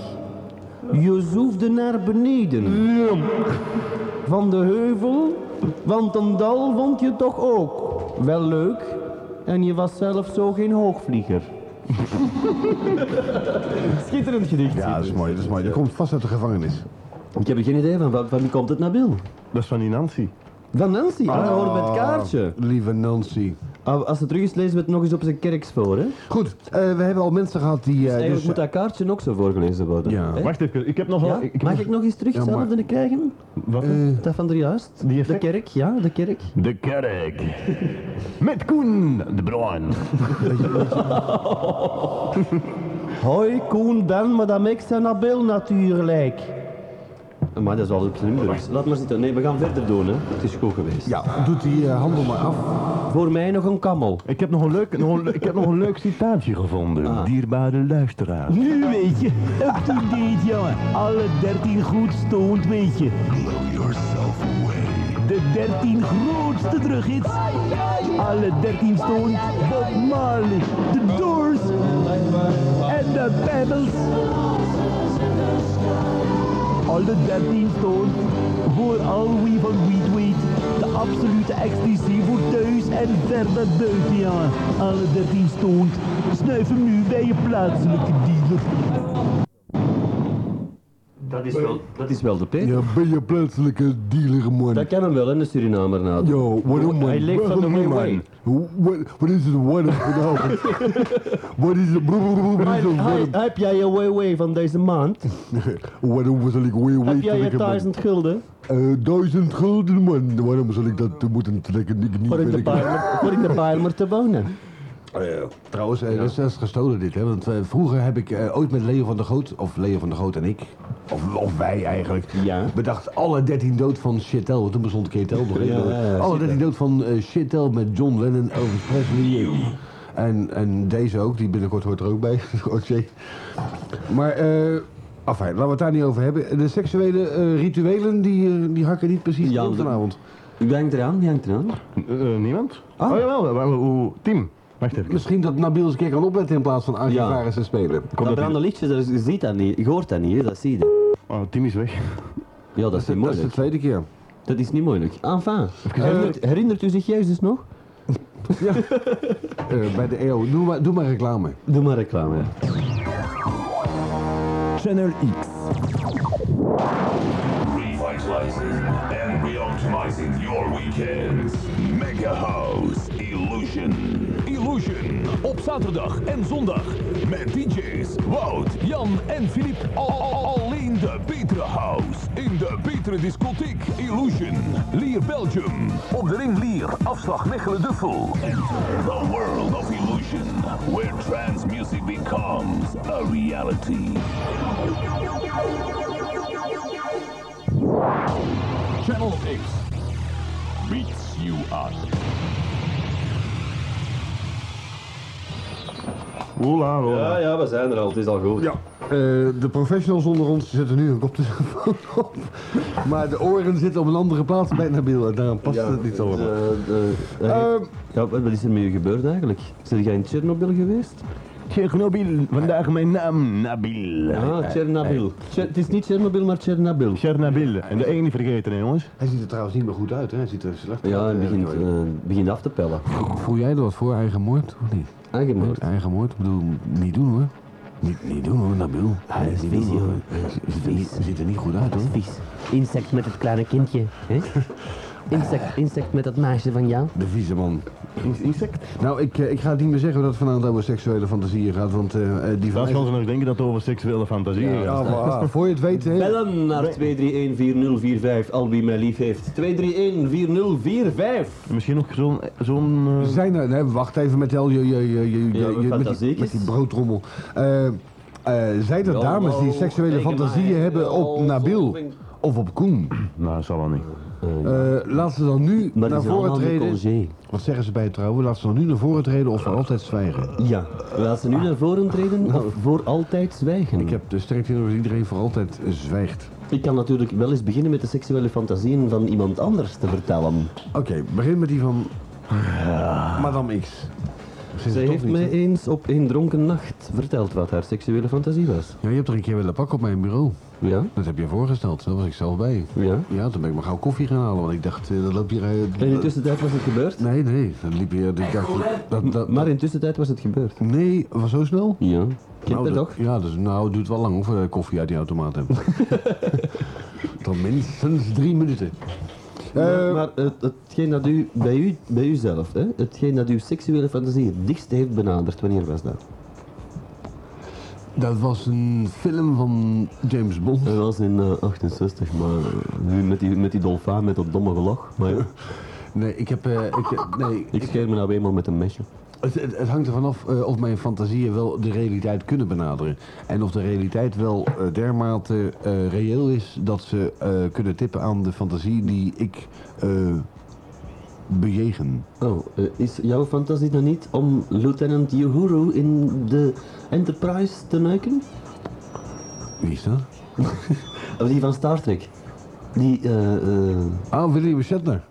Speaker 2: Je zoefde naar beneden. Van de heuvel, want een dal vond je toch ook. Wel leuk, en je was zelf zo geen hoogvlieger. Schitterend gedicht.
Speaker 3: Ja, dat is mooi, dat is mooi. Je komt vast uit de gevangenis.
Speaker 2: Ik heb er geen idee van, van, van wie komt het naar Bill?
Speaker 1: Dat is van die Nancy.
Speaker 2: Van Nancy, ah, dat hoort bij het kaartje.
Speaker 3: Lieve Nancy.
Speaker 2: Ah, Als het terug is, lezen we het nog eens op zijn kerks voor, hè?
Speaker 3: Goed, eh, we hebben al mensen gehad die... eh,
Speaker 2: Eigenlijk
Speaker 3: dus-
Speaker 2: moet dat kaartje ook zo voorgelezen worden.
Speaker 3: Ja.
Speaker 2: hè?
Speaker 1: Wacht even, ik heb nog wel...
Speaker 2: Ja?
Speaker 1: ik heb
Speaker 2: Mag
Speaker 1: nog-
Speaker 2: ik Eh, nog eens terug
Speaker 3: Ja,
Speaker 2: hetzelfde krijgen?
Speaker 1: Wat?
Speaker 2: Dat van de juist?
Speaker 1: Die
Speaker 2: de
Speaker 1: effect?
Speaker 2: kerk, ja, de kerk.
Speaker 1: De kerk. Met Koen de Bruin.
Speaker 2: Hoi, Koen, Ben, madame X en Abel natuurlijk. Maar dat is wel op zijn Limburgs. Laat maar zitten. Nee, we gaan verder doen, hè. Het is goed geweest.
Speaker 3: Ja, doet die eh, handel maar af.
Speaker 2: Voor mij nog een kammel.
Speaker 1: Ik heb nog een leuk, nog een, le- ik heb nog een leuk citaatje gevonden. Dierbare luisteraar.
Speaker 4: Ah. Nu weet je, up-to-date jongen. Alle 13 goed stond weet je. De 13 grootste terughits. Alle 13 stond Bob Marley, The Doors en de Pebbles. Alle 13 stond voor al wie van Weed weet. De absolute ecstasy voor thuis en verder buiten jongen. Alle 13 stond. Snuif hem nu bij je plaatselijke dealer.
Speaker 2: Dat is wel, dat is wel de peet.
Speaker 3: Ja, ben je plaatselijke dealer, man.
Speaker 2: Dat kan hem wel, hè, de Surinamer nou.
Speaker 3: Yo, what up, man?
Speaker 2: Hij leeft
Speaker 3: Welkom
Speaker 2: van de
Speaker 3: hier, man.
Speaker 2: highway.
Speaker 3: What, what is it, what up, what up? What is it, what is it, what
Speaker 2: Hi,
Speaker 3: up?
Speaker 2: heb jij je WW van deze maand?
Speaker 3: Waarom zal ik
Speaker 2: Heb
Speaker 3: weer
Speaker 2: jij
Speaker 3: weten,
Speaker 2: je
Speaker 3: lekker, man?
Speaker 2: 1000 gulden?
Speaker 3: Eh, duizend gulden, man. Waarom zal ik dat eh, moeten trekken? Ik niet
Speaker 2: Voor in de
Speaker 3: werken.
Speaker 2: Bijlmer- voor in de Bijlmer te wonen.
Speaker 3: Eh, trouwens, eh, dat, is, dat is gestolen dit, hè? Want eh, vroeger heb ik eh, ooit met Leo van der Goot, of Leo van der Goot en ik, of, of wij eigenlijk,
Speaker 5: Ja.
Speaker 3: bedacht alle 13 dood van Chetel, want toen bestond Ketel nog
Speaker 5: Ja,
Speaker 3: even.
Speaker 5: ja, ja,
Speaker 3: alle 13 dood van eh Chetel met John Lennon, Elvis Presley. En, en deze ook, die binnenkort hoort er ook bij. Oké. Maar, eh, afijn, laten we het daar niet over hebben. De seksuele eh, rituelen, die, eh, die hakken niet precies
Speaker 5: Ja,
Speaker 3: in
Speaker 5: dat-
Speaker 3: vanavond.
Speaker 5: U hangt eraan, die hangt eraan.
Speaker 1: Eh, eh, niemand? Oh jawel, wa- wa- hoe- Tim. Dus- Wacht even.
Speaker 3: Misschien dat Nabil eens een keer kan opletten in plaats van archivaris te spelen.
Speaker 1: Komt
Speaker 2: dat
Speaker 1: dat
Speaker 2: brandende lichtjes, dat is- je ziet dat niet, je hoort dat niet, hè, dat zie je.
Speaker 1: Oh, Tim is weg.
Speaker 2: Ja, dat is niet
Speaker 3: Dat is de
Speaker 2: moeilijk.
Speaker 3: tweede keer.
Speaker 2: Dat is niet moeilijk.
Speaker 5: Enfin.
Speaker 2: Herinnert, herinnert u zich Jezus nog?
Speaker 3: Eh, bij de EO. Doe maar, doe maar reclame.
Speaker 5: Doe maar reclame.
Speaker 6: Channel X.
Speaker 7: revitalizing and reoptimizing your weekends. Mega House Illusion. Illusion op zaterdag en zondag met DJ's Wout, Jan en Filip. Al- al- Alleen de betere house in de betere discotheek Illusion. Lier Belgium op de ring Lier afslag Mechelen Duffel. Enter the world of illusion where trance music becomes a reality. Channel 8 beats you up.
Speaker 1: Hola, hola.
Speaker 5: Ja, ja, we zijn er al. Het is al goed.
Speaker 3: Ja. Eh, de professionals onder ons zetten nu een koptelefoon op. Maar de oren zitten op een andere plaats bij Nabil. en Daarom past het niet allemaal.
Speaker 2: Eh, eh, eh,
Speaker 3: Ehm,
Speaker 2: ja, wat wat is er met u gebeurd eigenlijk? Zijn jij in Tsjernobyl geweest?
Speaker 1: Chernobyl, vandaag mijn naam Nabil.
Speaker 5: Ah, Tsjernobyl. Tjer- Het is niet Tsjernobyl, maar Tsjernobyl.
Speaker 1: Chernobyl. En de één niet vergeten, hè, jongens.
Speaker 3: Hij ziet er trouwens niet meer goed uit. Hè? Hij ziet er slecht
Speaker 2: Ja,
Speaker 3: uit.
Speaker 2: het begint,
Speaker 3: Eh,
Speaker 2: eh, begint af te pellen.
Speaker 7: Voel jij er wat voor, eigen moord? Of niet?
Speaker 2: Aangemaakt.
Speaker 7: Eigen moord? Ik bedoel, niet doen hoor. Niet, niet doen hoor, Nabil. Hij is
Speaker 2: vies, joh.
Speaker 3: Eh,
Speaker 7: Hij ziet er niet goed uit hoor.
Speaker 8: Vies. Insect met het kleine kindje. Hè? Insect, insect met dat meisje van jou.
Speaker 3: De vieze man. Insect? Nou, ik, eh, ik ga het niet meer zeggen dat het vanavond over seksuele fantasieën gaat. Want eh, eh, die
Speaker 1: Dat
Speaker 3: van...
Speaker 1: gaan ze nog denken dat het over seksuele fantasieën gaat.
Speaker 3: Ja, maar, ah, voor je het weet, hè,
Speaker 2: Bellen naar 231-4045, al wie mij lief heeft. 231-4045.
Speaker 1: Misschien nog zo'n... zo'n eh,
Speaker 3: zijn er, nee, wacht even met El, je, je, je, je, je-
Speaker 2: Ja,
Speaker 3: je- met, die,
Speaker 2: fantastiek
Speaker 3: met die
Speaker 2: is.
Speaker 3: broodrommel. Eh, eh, zijn er
Speaker 2: Yo,
Speaker 3: dames die
Speaker 2: wow,
Speaker 3: seksuele
Speaker 2: tegen
Speaker 3: fantasieën
Speaker 2: mij.
Speaker 3: hebben op
Speaker 2: Yo,
Speaker 3: Nabil
Speaker 2: something.
Speaker 3: of op Koen?
Speaker 1: Nou, dat zal wel niet.
Speaker 3: Eh, laat ze dan nu
Speaker 2: Maar
Speaker 3: naar
Speaker 2: dat is
Speaker 3: voren
Speaker 2: allemaal niet
Speaker 3: treden.
Speaker 2: congé.
Speaker 3: Wat zeggen ze bij het trouwen? Laat ze dan nu naar voren treden of voor altijd zwijgen.
Speaker 2: Ja, laat ze nu
Speaker 5: Ah.
Speaker 2: naar voren treden
Speaker 5: Nou.
Speaker 2: of voor altijd zwijgen.
Speaker 3: Ik heb de sterkte dat iedereen voor altijd eh, zwijgt.
Speaker 2: Ik kan natuurlijk wel eens beginnen met de seksuele fantasieën van iemand anders te vertellen.
Speaker 3: Oké, begin met die van Madame X. Ze
Speaker 2: Zij heeft mij eens op een dronken nacht verteld wat haar seksuele fantasie was.
Speaker 3: Ja, je hebt er een keer willen pakken op mijn bureau.
Speaker 2: Ja?
Speaker 3: Dat heb je voorgesteld, daar was ik zelf bij.
Speaker 2: Ja.
Speaker 3: Ja, toen ben ik maar gauw koffie gaan halen, want ik dacht, eh, dat loopt hier... eh,
Speaker 2: En in tussentijd was het gebeurd?
Speaker 3: Nee, nee, dan liep je... Ik dacht, dat, dat,
Speaker 2: Maar in tussentijd was het gebeurd.
Speaker 3: nee, was zo snel?
Speaker 2: Ja. Kent
Speaker 3: Nou,
Speaker 2: het
Speaker 3: dat-
Speaker 2: toch?
Speaker 3: Ja, dus, nou, het duurt wel lang hoor, voordat ik koffie uit die automaat heb. Tot minstens drie minuten.
Speaker 2: maar maar het, hetgeen dat u bij, u bij uzelf, hè, hetgeen dat uw seksuele fantasie het dichtst heeft benaderd, wanneer was dat?
Speaker 3: Dat was een film van James Bond.
Speaker 2: Dat was in eh, 68, maar eh, nu met die, met die dolfijn, met dat domme gelach. Maar ja,
Speaker 3: Nee, ik heb... eh, ik, heb- nee,
Speaker 2: ik scheer me nou eenmaal met een mesje.
Speaker 3: het, het, het hangt ervan af eh, of mijn fantasieën wel de realiteit kunnen benaderen. En of de realiteit wel eh, dermate eh, reëel is dat ze eh, kunnen tippen aan de fantasie die ik eh, bejegen.
Speaker 2: Oh, eh, is jouw fantasie dan niet om Lieutenant Uhuru in de Enterprise te neuken?
Speaker 3: Wie is dat?
Speaker 2: Of die van Star Trek? Die, eh... eh
Speaker 3: Ah, William Shatner.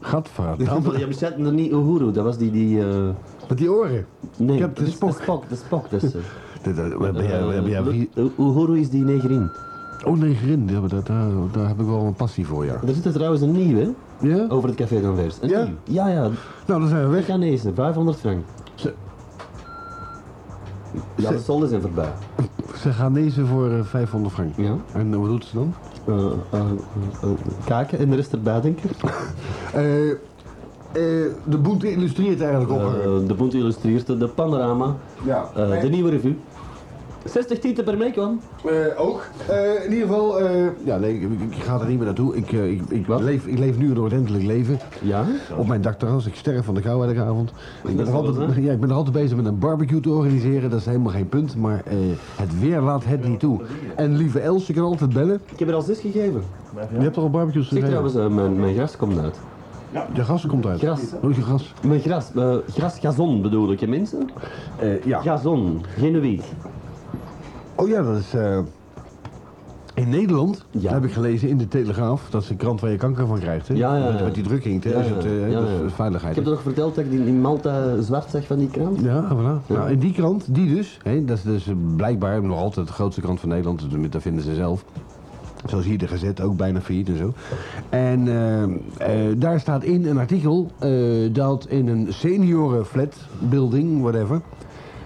Speaker 3: Gadverdamme.
Speaker 2: ja, bezet nog niet Uhuru, dat was die, die, eh...
Speaker 3: Met die oren.
Speaker 2: Nee,
Speaker 3: Ik heb dus- de
Speaker 2: dat is-
Speaker 3: Spock.
Speaker 2: dat is Spock, dat is Spock, dat is... eh,
Speaker 3: Dat- dat- we hebben-
Speaker 2: eh,
Speaker 3: we hebben- ja, wie-
Speaker 2: Lu- Uhuru is die negerin.
Speaker 3: Oh nee, Grin, die hebben dat- daar, daar heb ik wel een passie voor, ja. Oh.
Speaker 2: Er zit er trouwens een nieuwe, hè?
Speaker 3: Ja?
Speaker 2: Over het café d'Anvers. Een
Speaker 3: Ja?
Speaker 2: nieuw. Ja, ja.
Speaker 3: Nou, dan zijn we weg.
Speaker 2: Ghanese, 500 frank.
Speaker 3: Ze-
Speaker 2: Ja, de solden zijn voorbij.
Speaker 3: Ze gaan deze voor eh, 500 frank.
Speaker 2: Ja.
Speaker 3: En eh, wat doet ze dan?
Speaker 2: Eh eh, eh, eh, kaken en de rest erbij, denk ik.
Speaker 3: Eh, de boete illustreert eigenlijk op.
Speaker 2: Eh, de Bond illustreert de Panorama,
Speaker 3: Ja.
Speaker 2: eh, de Nieuwe Revue, 60 tieten per week, man.
Speaker 3: Eh, ook. Eh, in ieder geval, eh, ja, nee, ik, ik ga er niet meer naartoe. Ik, eh, ik, ik, leef, ik leef nu een ordentelijk leven.
Speaker 2: Ja?
Speaker 3: Op mijn dakterras. Ik sterf van de kou elke avond. Ik ben, er
Speaker 2: wel wat,
Speaker 3: altijd, ja, ik ben er altijd bezig met een barbecue te organiseren. Dat is helemaal geen punt. Maar eh, het weer laat het niet toe. En lieve Els, je kan altijd bellen.
Speaker 2: Ik heb er al 6 gegeven.
Speaker 3: Je hebt toch al barbecues
Speaker 2: Zeg
Speaker 3: gegeven?
Speaker 2: trouwens, eh, mijn, mijn gras komt uit.
Speaker 3: Je gas komt uit.
Speaker 2: Gras.
Speaker 3: Hoe is je gas?
Speaker 2: Mijn gras, eh, gras gazon bedoel ik, hè mensen? Eh,
Speaker 3: ja.
Speaker 2: Gazon, genuïek.
Speaker 3: Oh ja, dat is... eh, in Nederland,
Speaker 2: Ja.
Speaker 3: dat heb ik gelezen in de Telegraaf, dat is de krant waar je kanker van krijgt. Hè?
Speaker 2: Ja, ja, ja.
Speaker 3: Met, met die drukking, hè?
Speaker 2: Ja,
Speaker 3: als het,
Speaker 2: ja,
Speaker 3: eh,
Speaker 2: ja,
Speaker 3: dat is
Speaker 2: ja. Ik
Speaker 3: veiligheid.
Speaker 2: heb toch verteld dat ik die in Malta zwart zag van die krant?
Speaker 3: Ja, voilà. Nou, in die krant, die dus, hè, dat is dus blijkbaar nog altijd de grootste krant van Nederland, tenminste, dat vinden ze zelf. Zoals hier de Gazette, ook bijna failliet en zo. En eh, eh, daar staat in een artikel eh, dat in een seniorenflat, building, whatever,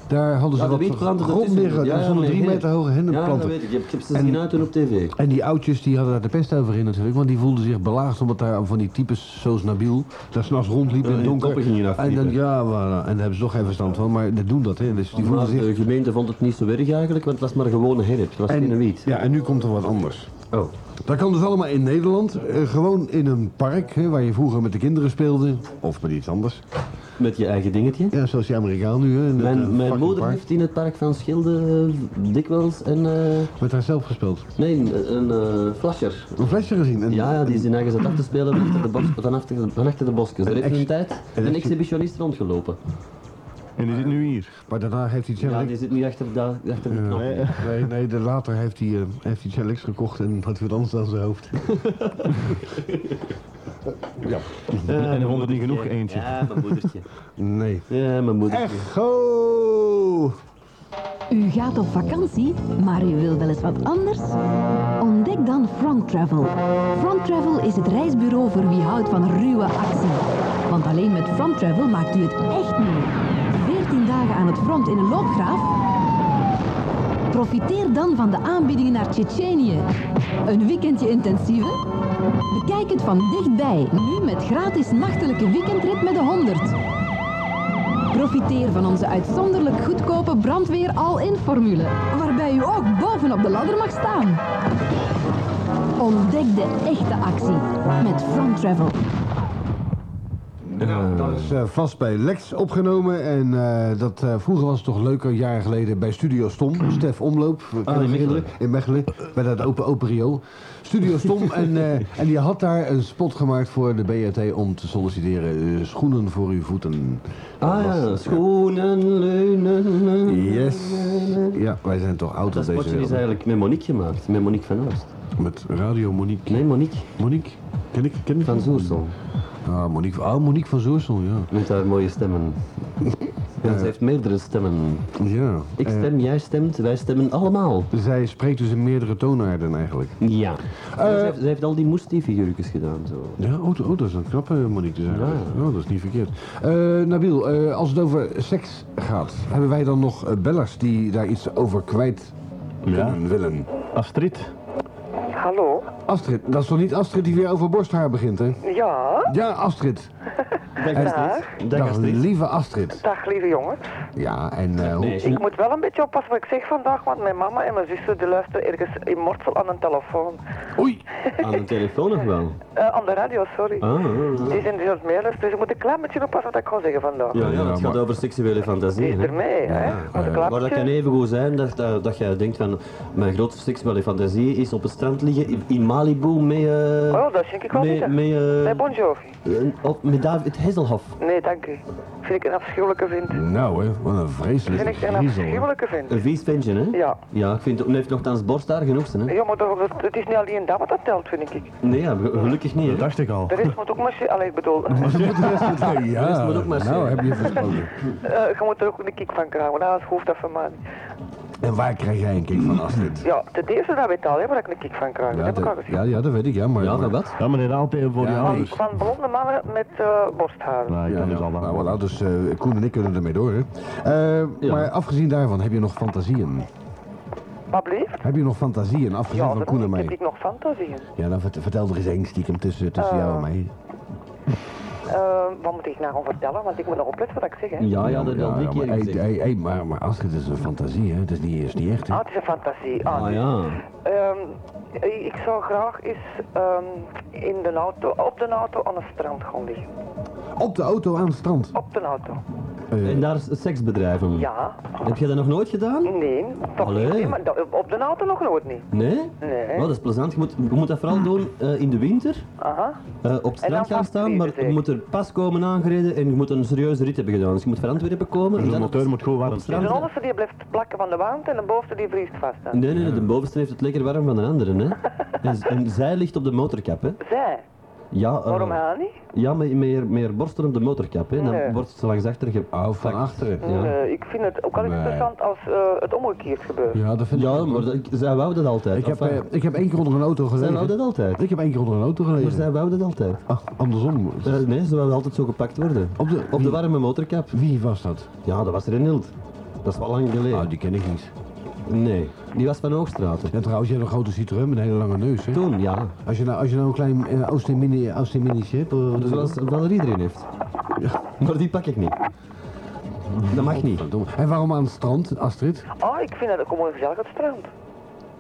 Speaker 3: daar hadden ze
Speaker 2: Ja, de
Speaker 3: wat
Speaker 2: wietplanten, dat
Speaker 3: grond
Speaker 2: is hem.
Speaker 3: liggen.
Speaker 2: Ja,
Speaker 3: er
Speaker 2: ja,
Speaker 3: stonden
Speaker 2: nee,
Speaker 3: drie
Speaker 2: nee.
Speaker 3: meter hoge
Speaker 2: Ja, dat
Speaker 3: hennepplanten.
Speaker 2: weet ik. Ik heb- Ik heb ze
Speaker 3: En-
Speaker 2: zien uit toen op tv.
Speaker 3: En die oudjes die hadden daar de pest over in natuurlijk, want die voelden zich belaagd omdat daar van die types zoals Nabil daar s'nachts rondliep in het
Speaker 2: die
Speaker 3: donker.
Speaker 2: koppen gingen
Speaker 3: en dan,
Speaker 2: afvliegen.
Speaker 3: ja, voilà. en daar hebben ze toch geen verstand van, maar dat doen dat hè. Dus die voelden
Speaker 2: Maar
Speaker 3: zich...
Speaker 2: de gemeente vond het niet zo erg eigenlijk, want het was maar gewone herfst. Het was geen wiet.
Speaker 3: ja, en nu komt er wat anders.
Speaker 2: Oh.
Speaker 3: Dat kan dus allemaal in Nederland, eh, gewoon in een park hè, waar je vroeger met de kinderen speelde, of met iets anders.
Speaker 2: Met je eigen dingetje.
Speaker 3: Ja, zoals die Amerikaan nu, hè, in het, eh,
Speaker 2: Mijn, mijn
Speaker 3: fucking
Speaker 2: moeder
Speaker 3: park.
Speaker 2: heeft in het park van Schilde eh, dikwijls een, eh,
Speaker 3: Met haar zelf gespeeld.
Speaker 2: nee, een, een eh, flasher.
Speaker 3: Een flesje gezien. En,
Speaker 2: Ja, ja, die is in eigen zat af te spelen van achter de, bos, van achter, van achter de bosjes. Er heeft
Speaker 3: ex-
Speaker 2: een tijd
Speaker 3: een
Speaker 2: een
Speaker 3: ex-
Speaker 2: exhibitionist rondgelopen.
Speaker 1: En die zit nu hier.
Speaker 3: Maar daarna heeft hij
Speaker 2: Ja,
Speaker 3: Celex...
Speaker 2: die zit nu achter, daar, achter de knop.
Speaker 3: Nee, nee, de- later heeft hij, eh, heeft hij Celex gekocht en had hij wat anders dan zijn hoofd. Eh,
Speaker 1: en hij vond het niet genoeg eentje.
Speaker 2: Ja, mijn moedertje.
Speaker 3: Nee.
Speaker 2: Ja, mijn moedertje.
Speaker 3: Echo!
Speaker 9: U gaat op vakantie, maar u wil wel eens wat anders? Ontdek dan Front Travel. Front Travel is het reisbureau voor wie houdt van ruwe actie. Want alleen met Front Travel maakt u het echt mee. 14 dagen aan het front in een loopgraaf? Profiteer dan van de aanbiedingen naar Tsjetsjenië. Een weekendje intensieve? Bekijk het van dichtbij, nu met gratis nachtelijke weekendrit met de 100. Profiteer van onze uitzonderlijk goedkope brandweer all-in formule, waarbij u ook bovenop de ladder mag staan. Ontdek de echte actie met Front Travel.
Speaker 3: Dat is eh, vast bij Lex opgenomen. En eh, dat, eh, vroeger was het toch leuker, jaren geleden, bij Studio Stom. Stef Omloop, we kennen
Speaker 2: in
Speaker 3: hem
Speaker 2: Ah, Mechelen.
Speaker 3: in Mechelen, bij dat open open riool. Studio Stom, en, eh, en die had daar een spot gemaakt voor de BRT om te solliciteren. eh, schoenen voor uw voeten.
Speaker 2: Ah ja, schoenen, leunen. leunen.
Speaker 3: Yes. Ja, wij zijn toch oud op
Speaker 2: Dat
Speaker 3: deze
Speaker 2: spotje is
Speaker 3: wereld.
Speaker 2: eigenlijk met Monique gemaakt, met Monique van Oost.
Speaker 3: Met Radio Monique.
Speaker 2: Nee, Monique
Speaker 3: Monique? Ken ik, ken ik?
Speaker 2: van Zoersel.
Speaker 3: Ah, Monique, ah, Monique van Zoorsel, ja.
Speaker 2: Met haar mooie stemmen. Ja, ze heeft meerdere stemmen.
Speaker 3: Ja.
Speaker 2: Ik stem, jij stemt, wij stemmen allemaal.
Speaker 3: Zij spreekt dus in meerdere toonaarden eigenlijk.
Speaker 2: Ja. ze, heeft, ze heeft al die moestiefiguurtjes gedaan zo.
Speaker 3: Ja, oh, oh, dat is een knappe Monique dus eigenlijk.
Speaker 2: Ja.
Speaker 3: Oh, dat is niet verkeerd. Eh, Nabil, eh, als het over seks gaat, hebben wij dan nog eh, bellers die daar iets over kwijt
Speaker 1: Ja.
Speaker 3: kunnen willen?
Speaker 1: Astrid.
Speaker 10: Hallo?
Speaker 3: Astrid, dat is toch niet Astrid die weer over borsthaar begint, hè?
Speaker 10: Ja?
Speaker 3: Ja, Astrid.
Speaker 10: Dag.
Speaker 3: Dag, lieve Astrid.
Speaker 10: Dag, lieve jongen.
Speaker 3: Ja, en eh, hoe-
Speaker 10: Ik moet wel een beetje oppassen wat ik zeg vandaag, want mijn mama en mijn zussen die luisteren ergens in Mortsel aan een telefoon.
Speaker 3: Oei!
Speaker 2: Aan de telefoon nog wel.
Speaker 10: Eh, aan de radio, sorry.
Speaker 2: Ah, ah, ah.
Speaker 10: Die zijn dus aan het meeluisteren, dus ik moet een klein beetje oppassen wat ik ga zeggen vandaag.
Speaker 2: Ja, ja,
Speaker 3: Ja,
Speaker 2: het gaat
Speaker 3: maar-
Speaker 2: over seksuele
Speaker 10: Die
Speaker 2: fantasie.
Speaker 10: is
Speaker 2: hè. eh,
Speaker 10: er mee, hè? Want een klein
Speaker 2: Maar dat
Speaker 10: beetje-
Speaker 2: kan even goed zijn dat, eh, dat, dat jij denkt van mijn grootste seksuele fantasie is op het strand liggen in- in Malibu met... eh,
Speaker 10: Oh, dat denk ik wel
Speaker 2: met,
Speaker 10: niet. hè.
Speaker 2: met, eh,
Speaker 10: Nee, Bon Jovi.
Speaker 2: eh, op- met David Hesselhoff.
Speaker 10: Nee, dank u. Vind ik een afschuwelijke vind.
Speaker 3: Nou, hè, wat een
Speaker 10: Vind
Speaker 3: vreselijke
Speaker 10: ik een
Speaker 3: griezel. hè.
Speaker 10: afschuwelijke vind.
Speaker 2: Een vies ventje, hè?
Speaker 10: Ja.
Speaker 2: Ja, ik vind het, hij heeft nogthans borsthaar genoeg, zijn, hè?
Speaker 10: Ja, maar dat, dat- het is niet alleen dat wat dat telt, vind ik.
Speaker 2: Nee, ja, gelukkig niet, hè?
Speaker 1: Dat dacht ik al.
Speaker 10: De rest moet ook maar... Allee, ik bedoel, eh,
Speaker 2: Dat
Speaker 3: Ja,
Speaker 2: moet ook maar
Speaker 3: nou
Speaker 2: zeggen.
Speaker 3: heb je versproken.
Speaker 10: Eh, je moet er ook een kick van krijgen, want anders hoeft dat van mij niet.
Speaker 3: En waar krijg jij een kick van, Astrid?
Speaker 10: Ja, de deze dat weet al, hè, waar ik een kick van krijg.
Speaker 3: Ja,
Speaker 10: dat heb ik al
Speaker 3: dat,
Speaker 10: gezien.
Speaker 3: ja, ja, dat weet ik, ja, maar...
Speaker 2: Ja,
Speaker 3: maar-
Speaker 2: maar wat?
Speaker 1: Ja, meneer Aalteen voor die
Speaker 3: Ja,
Speaker 1: ouders.
Speaker 10: Van blonde mannen met eh borsthaar.
Speaker 1: Nou, ik
Speaker 3: Ja,
Speaker 1: kan
Speaker 3: ja.
Speaker 1: dus al lang.
Speaker 3: Nou, voilà, dus eh, Koen en ik kunnen ermee door. Hè. Eh,
Speaker 2: Ja.
Speaker 3: Maar afgezien daarvan, heb je nog fantasieën?
Speaker 10: Wat blijft?
Speaker 3: Heb je nog fantasieën, afgezien
Speaker 10: Ja,
Speaker 3: van
Speaker 10: dat
Speaker 3: Koen en mij?
Speaker 10: heb ik nog fantasieën.
Speaker 3: Ja, dan vert- vertel er eens één stiekem tussen, tussen jou en mij.
Speaker 10: eh, wat moet ik nou gaan vertellen? Want ik moet nog opletten wat ik zeg, hè.
Speaker 2: Ja, ja, dat heb ik al drie
Speaker 3: maar,
Speaker 2: keer
Speaker 3: hey,
Speaker 2: gezegd.
Speaker 3: hey, hey, maar, maar als het is een fantasie, hè? Het is niet, is niet echt, hè?
Speaker 10: Ah, het is een fantasie. Ah,
Speaker 2: Ah
Speaker 10: nee.
Speaker 2: ja.
Speaker 10: Ehm, ik zou graag eens ehm, in de auto, op de auto aan het strand gaan liggen.
Speaker 3: Op de auto aan het strand.
Speaker 10: Op de auto.
Speaker 2: En daar is het seksbedrijven.
Speaker 10: Eh, Ja.
Speaker 2: Heb jij dat nog nooit gedaan?
Speaker 10: Nee, toch
Speaker 2: Allee.
Speaker 10: niet. Nee, maar da- op de auto nog nooit niet.
Speaker 2: Nee?
Speaker 10: Nee.
Speaker 2: Oh, dat is plezant. Je moet, je moet dat vooral doen eh, in de winter.
Speaker 10: Aha.
Speaker 2: eh, op het
Speaker 10: En dan
Speaker 2: strand gaan
Speaker 10: vast
Speaker 2: staan, maar
Speaker 10: zeker.
Speaker 2: je moet er pas komen aangereden en je moet een serieuze rit hebben gedaan. Dus je moet van Antwerpen komen.
Speaker 1: Dus
Speaker 2: en
Speaker 1: de
Speaker 2: dan op het
Speaker 1: motor moet goed warm zijn.
Speaker 10: De
Speaker 2: strand-
Speaker 10: onderste die blijft plakken van de warmte en de bovenste die vriest vast. hè.
Speaker 2: Nee, nee, nee, de bovenste heeft het lekker warm van de anderen, hè. En, en zij ligt op de motorkap, hè.
Speaker 10: Zij.
Speaker 2: Ja, eh,
Speaker 3: Ah.
Speaker 10: Waarom haar niet?
Speaker 2: ja met, met, haar- met haar borsten op de motorkap, hè. En dan
Speaker 10: Nee.
Speaker 2: wordt ze langs achter
Speaker 3: Oh, van
Speaker 2: gepakt.
Speaker 3: achteren.
Speaker 2: Ja,
Speaker 10: Nee, Eh, ik vind het ook al
Speaker 3: Nee.
Speaker 10: interessant als eh, het omgekeerd gebeurt.
Speaker 3: Ja, dat vind ik
Speaker 2: ja
Speaker 3: ook.
Speaker 2: maar dat, ik- zij wou dat altijd.
Speaker 3: Ik heb,
Speaker 2: Enfin,
Speaker 3: eh, ik heb één keer onder een auto
Speaker 2: zij wou
Speaker 3: gelegen.
Speaker 2: dat altijd.
Speaker 3: Ik heb één keer onder een auto
Speaker 2: Maar
Speaker 3: gelegen.
Speaker 2: zij wou dat altijd.
Speaker 3: Ach, andersom.
Speaker 2: Eh, nee, ze wou altijd zo gepakt worden.
Speaker 3: Op de,
Speaker 2: Op de warme motorkap.
Speaker 3: Wie was dat?
Speaker 2: Ja, dat was Renild. Dat is wel lang geleden.
Speaker 3: Nou, die ken ik niet.
Speaker 2: Nee, Ah, die was van Hoogstraten.
Speaker 3: Ja, trouwens, jij hebt een grote Citroën met een hele lange neus, hè?
Speaker 2: Toen, ja.
Speaker 3: Als je nou, als je nou een klein eh, Austin Mini, Austin Mini'tje hebt... eh, wat is dat?
Speaker 2: Zoals Dus wel er iedereen heeft. Maar die pak ik niet. Dat mag niet.
Speaker 3: Verdomme. En waarom aan het strand, Astrid?
Speaker 10: Ah, ik vind dat ook gewoon gezellig het strand.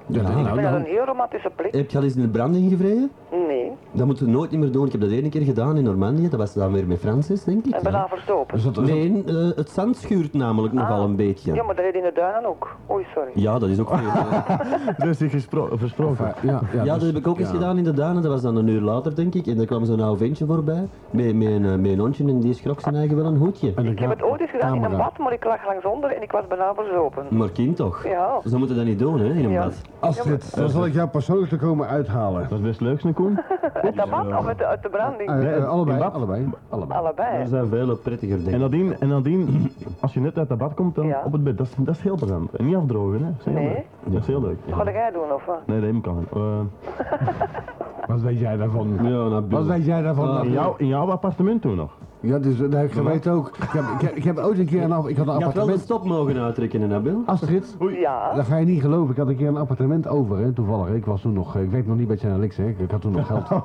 Speaker 3: Ja, nou,
Speaker 10: Ik
Speaker 3: nou,
Speaker 10: vind dat
Speaker 3: nou.
Speaker 10: een heel romantische plek.
Speaker 2: Heb je al eens in de brand ingevreden?
Speaker 10: Nee.
Speaker 2: Dat moeten we nooit niet meer doen. Ik heb dat één keer gedaan in Normandië. Dat was dan weer met Francis, denk ik.
Speaker 10: En bijna verstopen.
Speaker 3: Is dat- is
Speaker 2: Nee, eh, het zand schuurt namelijk nogal een
Speaker 10: Ah. Ja,
Speaker 2: beetje.
Speaker 10: maar dat deed in de duinen ook. Oei, sorry.
Speaker 2: Ja, dat is ook veel. eh.
Speaker 1: Rustig gespro- versproken.
Speaker 3: dat- ja, ja,
Speaker 2: Ja,
Speaker 3: dus-
Speaker 2: dat heb ik ook eens
Speaker 3: ja.
Speaker 2: gedaan in de duinen. Dat was dan een uur later, denk ik. En daar kwam zo'n oud ventje voorbij. Met, met, een, eh, met een hondje en die schrok zijn eigen wel een hoedje.
Speaker 3: En dan
Speaker 10: Ik heb
Speaker 3: ga-
Speaker 10: het ooit eens gedaan in een
Speaker 3: camera.
Speaker 10: bad, maar ik lag langs onder en ik was bijna verzopen.
Speaker 2: Maar kind toch?
Speaker 10: Ja.
Speaker 2: Ze moeten dat niet doen, hè, in een
Speaker 10: Ja.
Speaker 2: bad.
Speaker 3: Astrid, dan zal ik jou persoonlijk te komen uithalen.
Speaker 1: Dat is best leuk, hè, Koen?
Speaker 10: Uit de bad of uit de, uit de branding?
Speaker 3: Eh, eh,
Speaker 1: in
Speaker 3: allebei,
Speaker 1: bad.
Speaker 3: allebei, allebei.
Speaker 2: Er
Speaker 10: Allebei.
Speaker 2: zijn veel prettiger, denk ik.
Speaker 1: En nadien, en nadien, als je net uit de bad komt, dan
Speaker 10: Ja.
Speaker 1: op het bed. Dat is, dat is heel plezant. En niet afdrogen, hè. Dat is heel
Speaker 10: Nee.
Speaker 1: leuk. Dat is heel leuk.
Speaker 10: Wat ga jij doen, of wat?
Speaker 1: Nee, dat kan niet. Eh,
Speaker 3: Wat weet jij daarvan?
Speaker 2: Ja, nou,
Speaker 3: Wat weet jij daarvan?
Speaker 1: in,
Speaker 3: Nabil?
Speaker 1: jouw, in jouw appartement toen nog?
Speaker 3: Ja, dus eh, nee, ik weet ook. Ik heb, ik, heb- ik heb ooit een keer een, af- ik had een
Speaker 2: Je had wel de
Speaker 3: appartement.
Speaker 2: stop mogen uittrekken, hè, Nabil.
Speaker 3: Astrid,
Speaker 10: Ja.
Speaker 3: dat ga je niet geloven. Ik had een keer een appartement over, hè, toevallig. Ik was toen nog, eh, ik weet nog niet bij Channel X, hè. Ik ik had toen nog geld.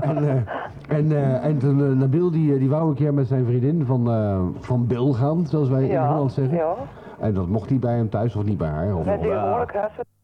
Speaker 3: en, eh, en, eh, en toen eh, Nabil, die, eh, die wou een keer met zijn vriendin van, eh, van Bil gaan, zoals wij in
Speaker 10: Ja.
Speaker 3: Holland zeggen.
Speaker 10: Ja.
Speaker 3: En dat mocht niet bij hem thuis of niet bij haar. Of,
Speaker 10: Wij tegenwoordig huiswerk.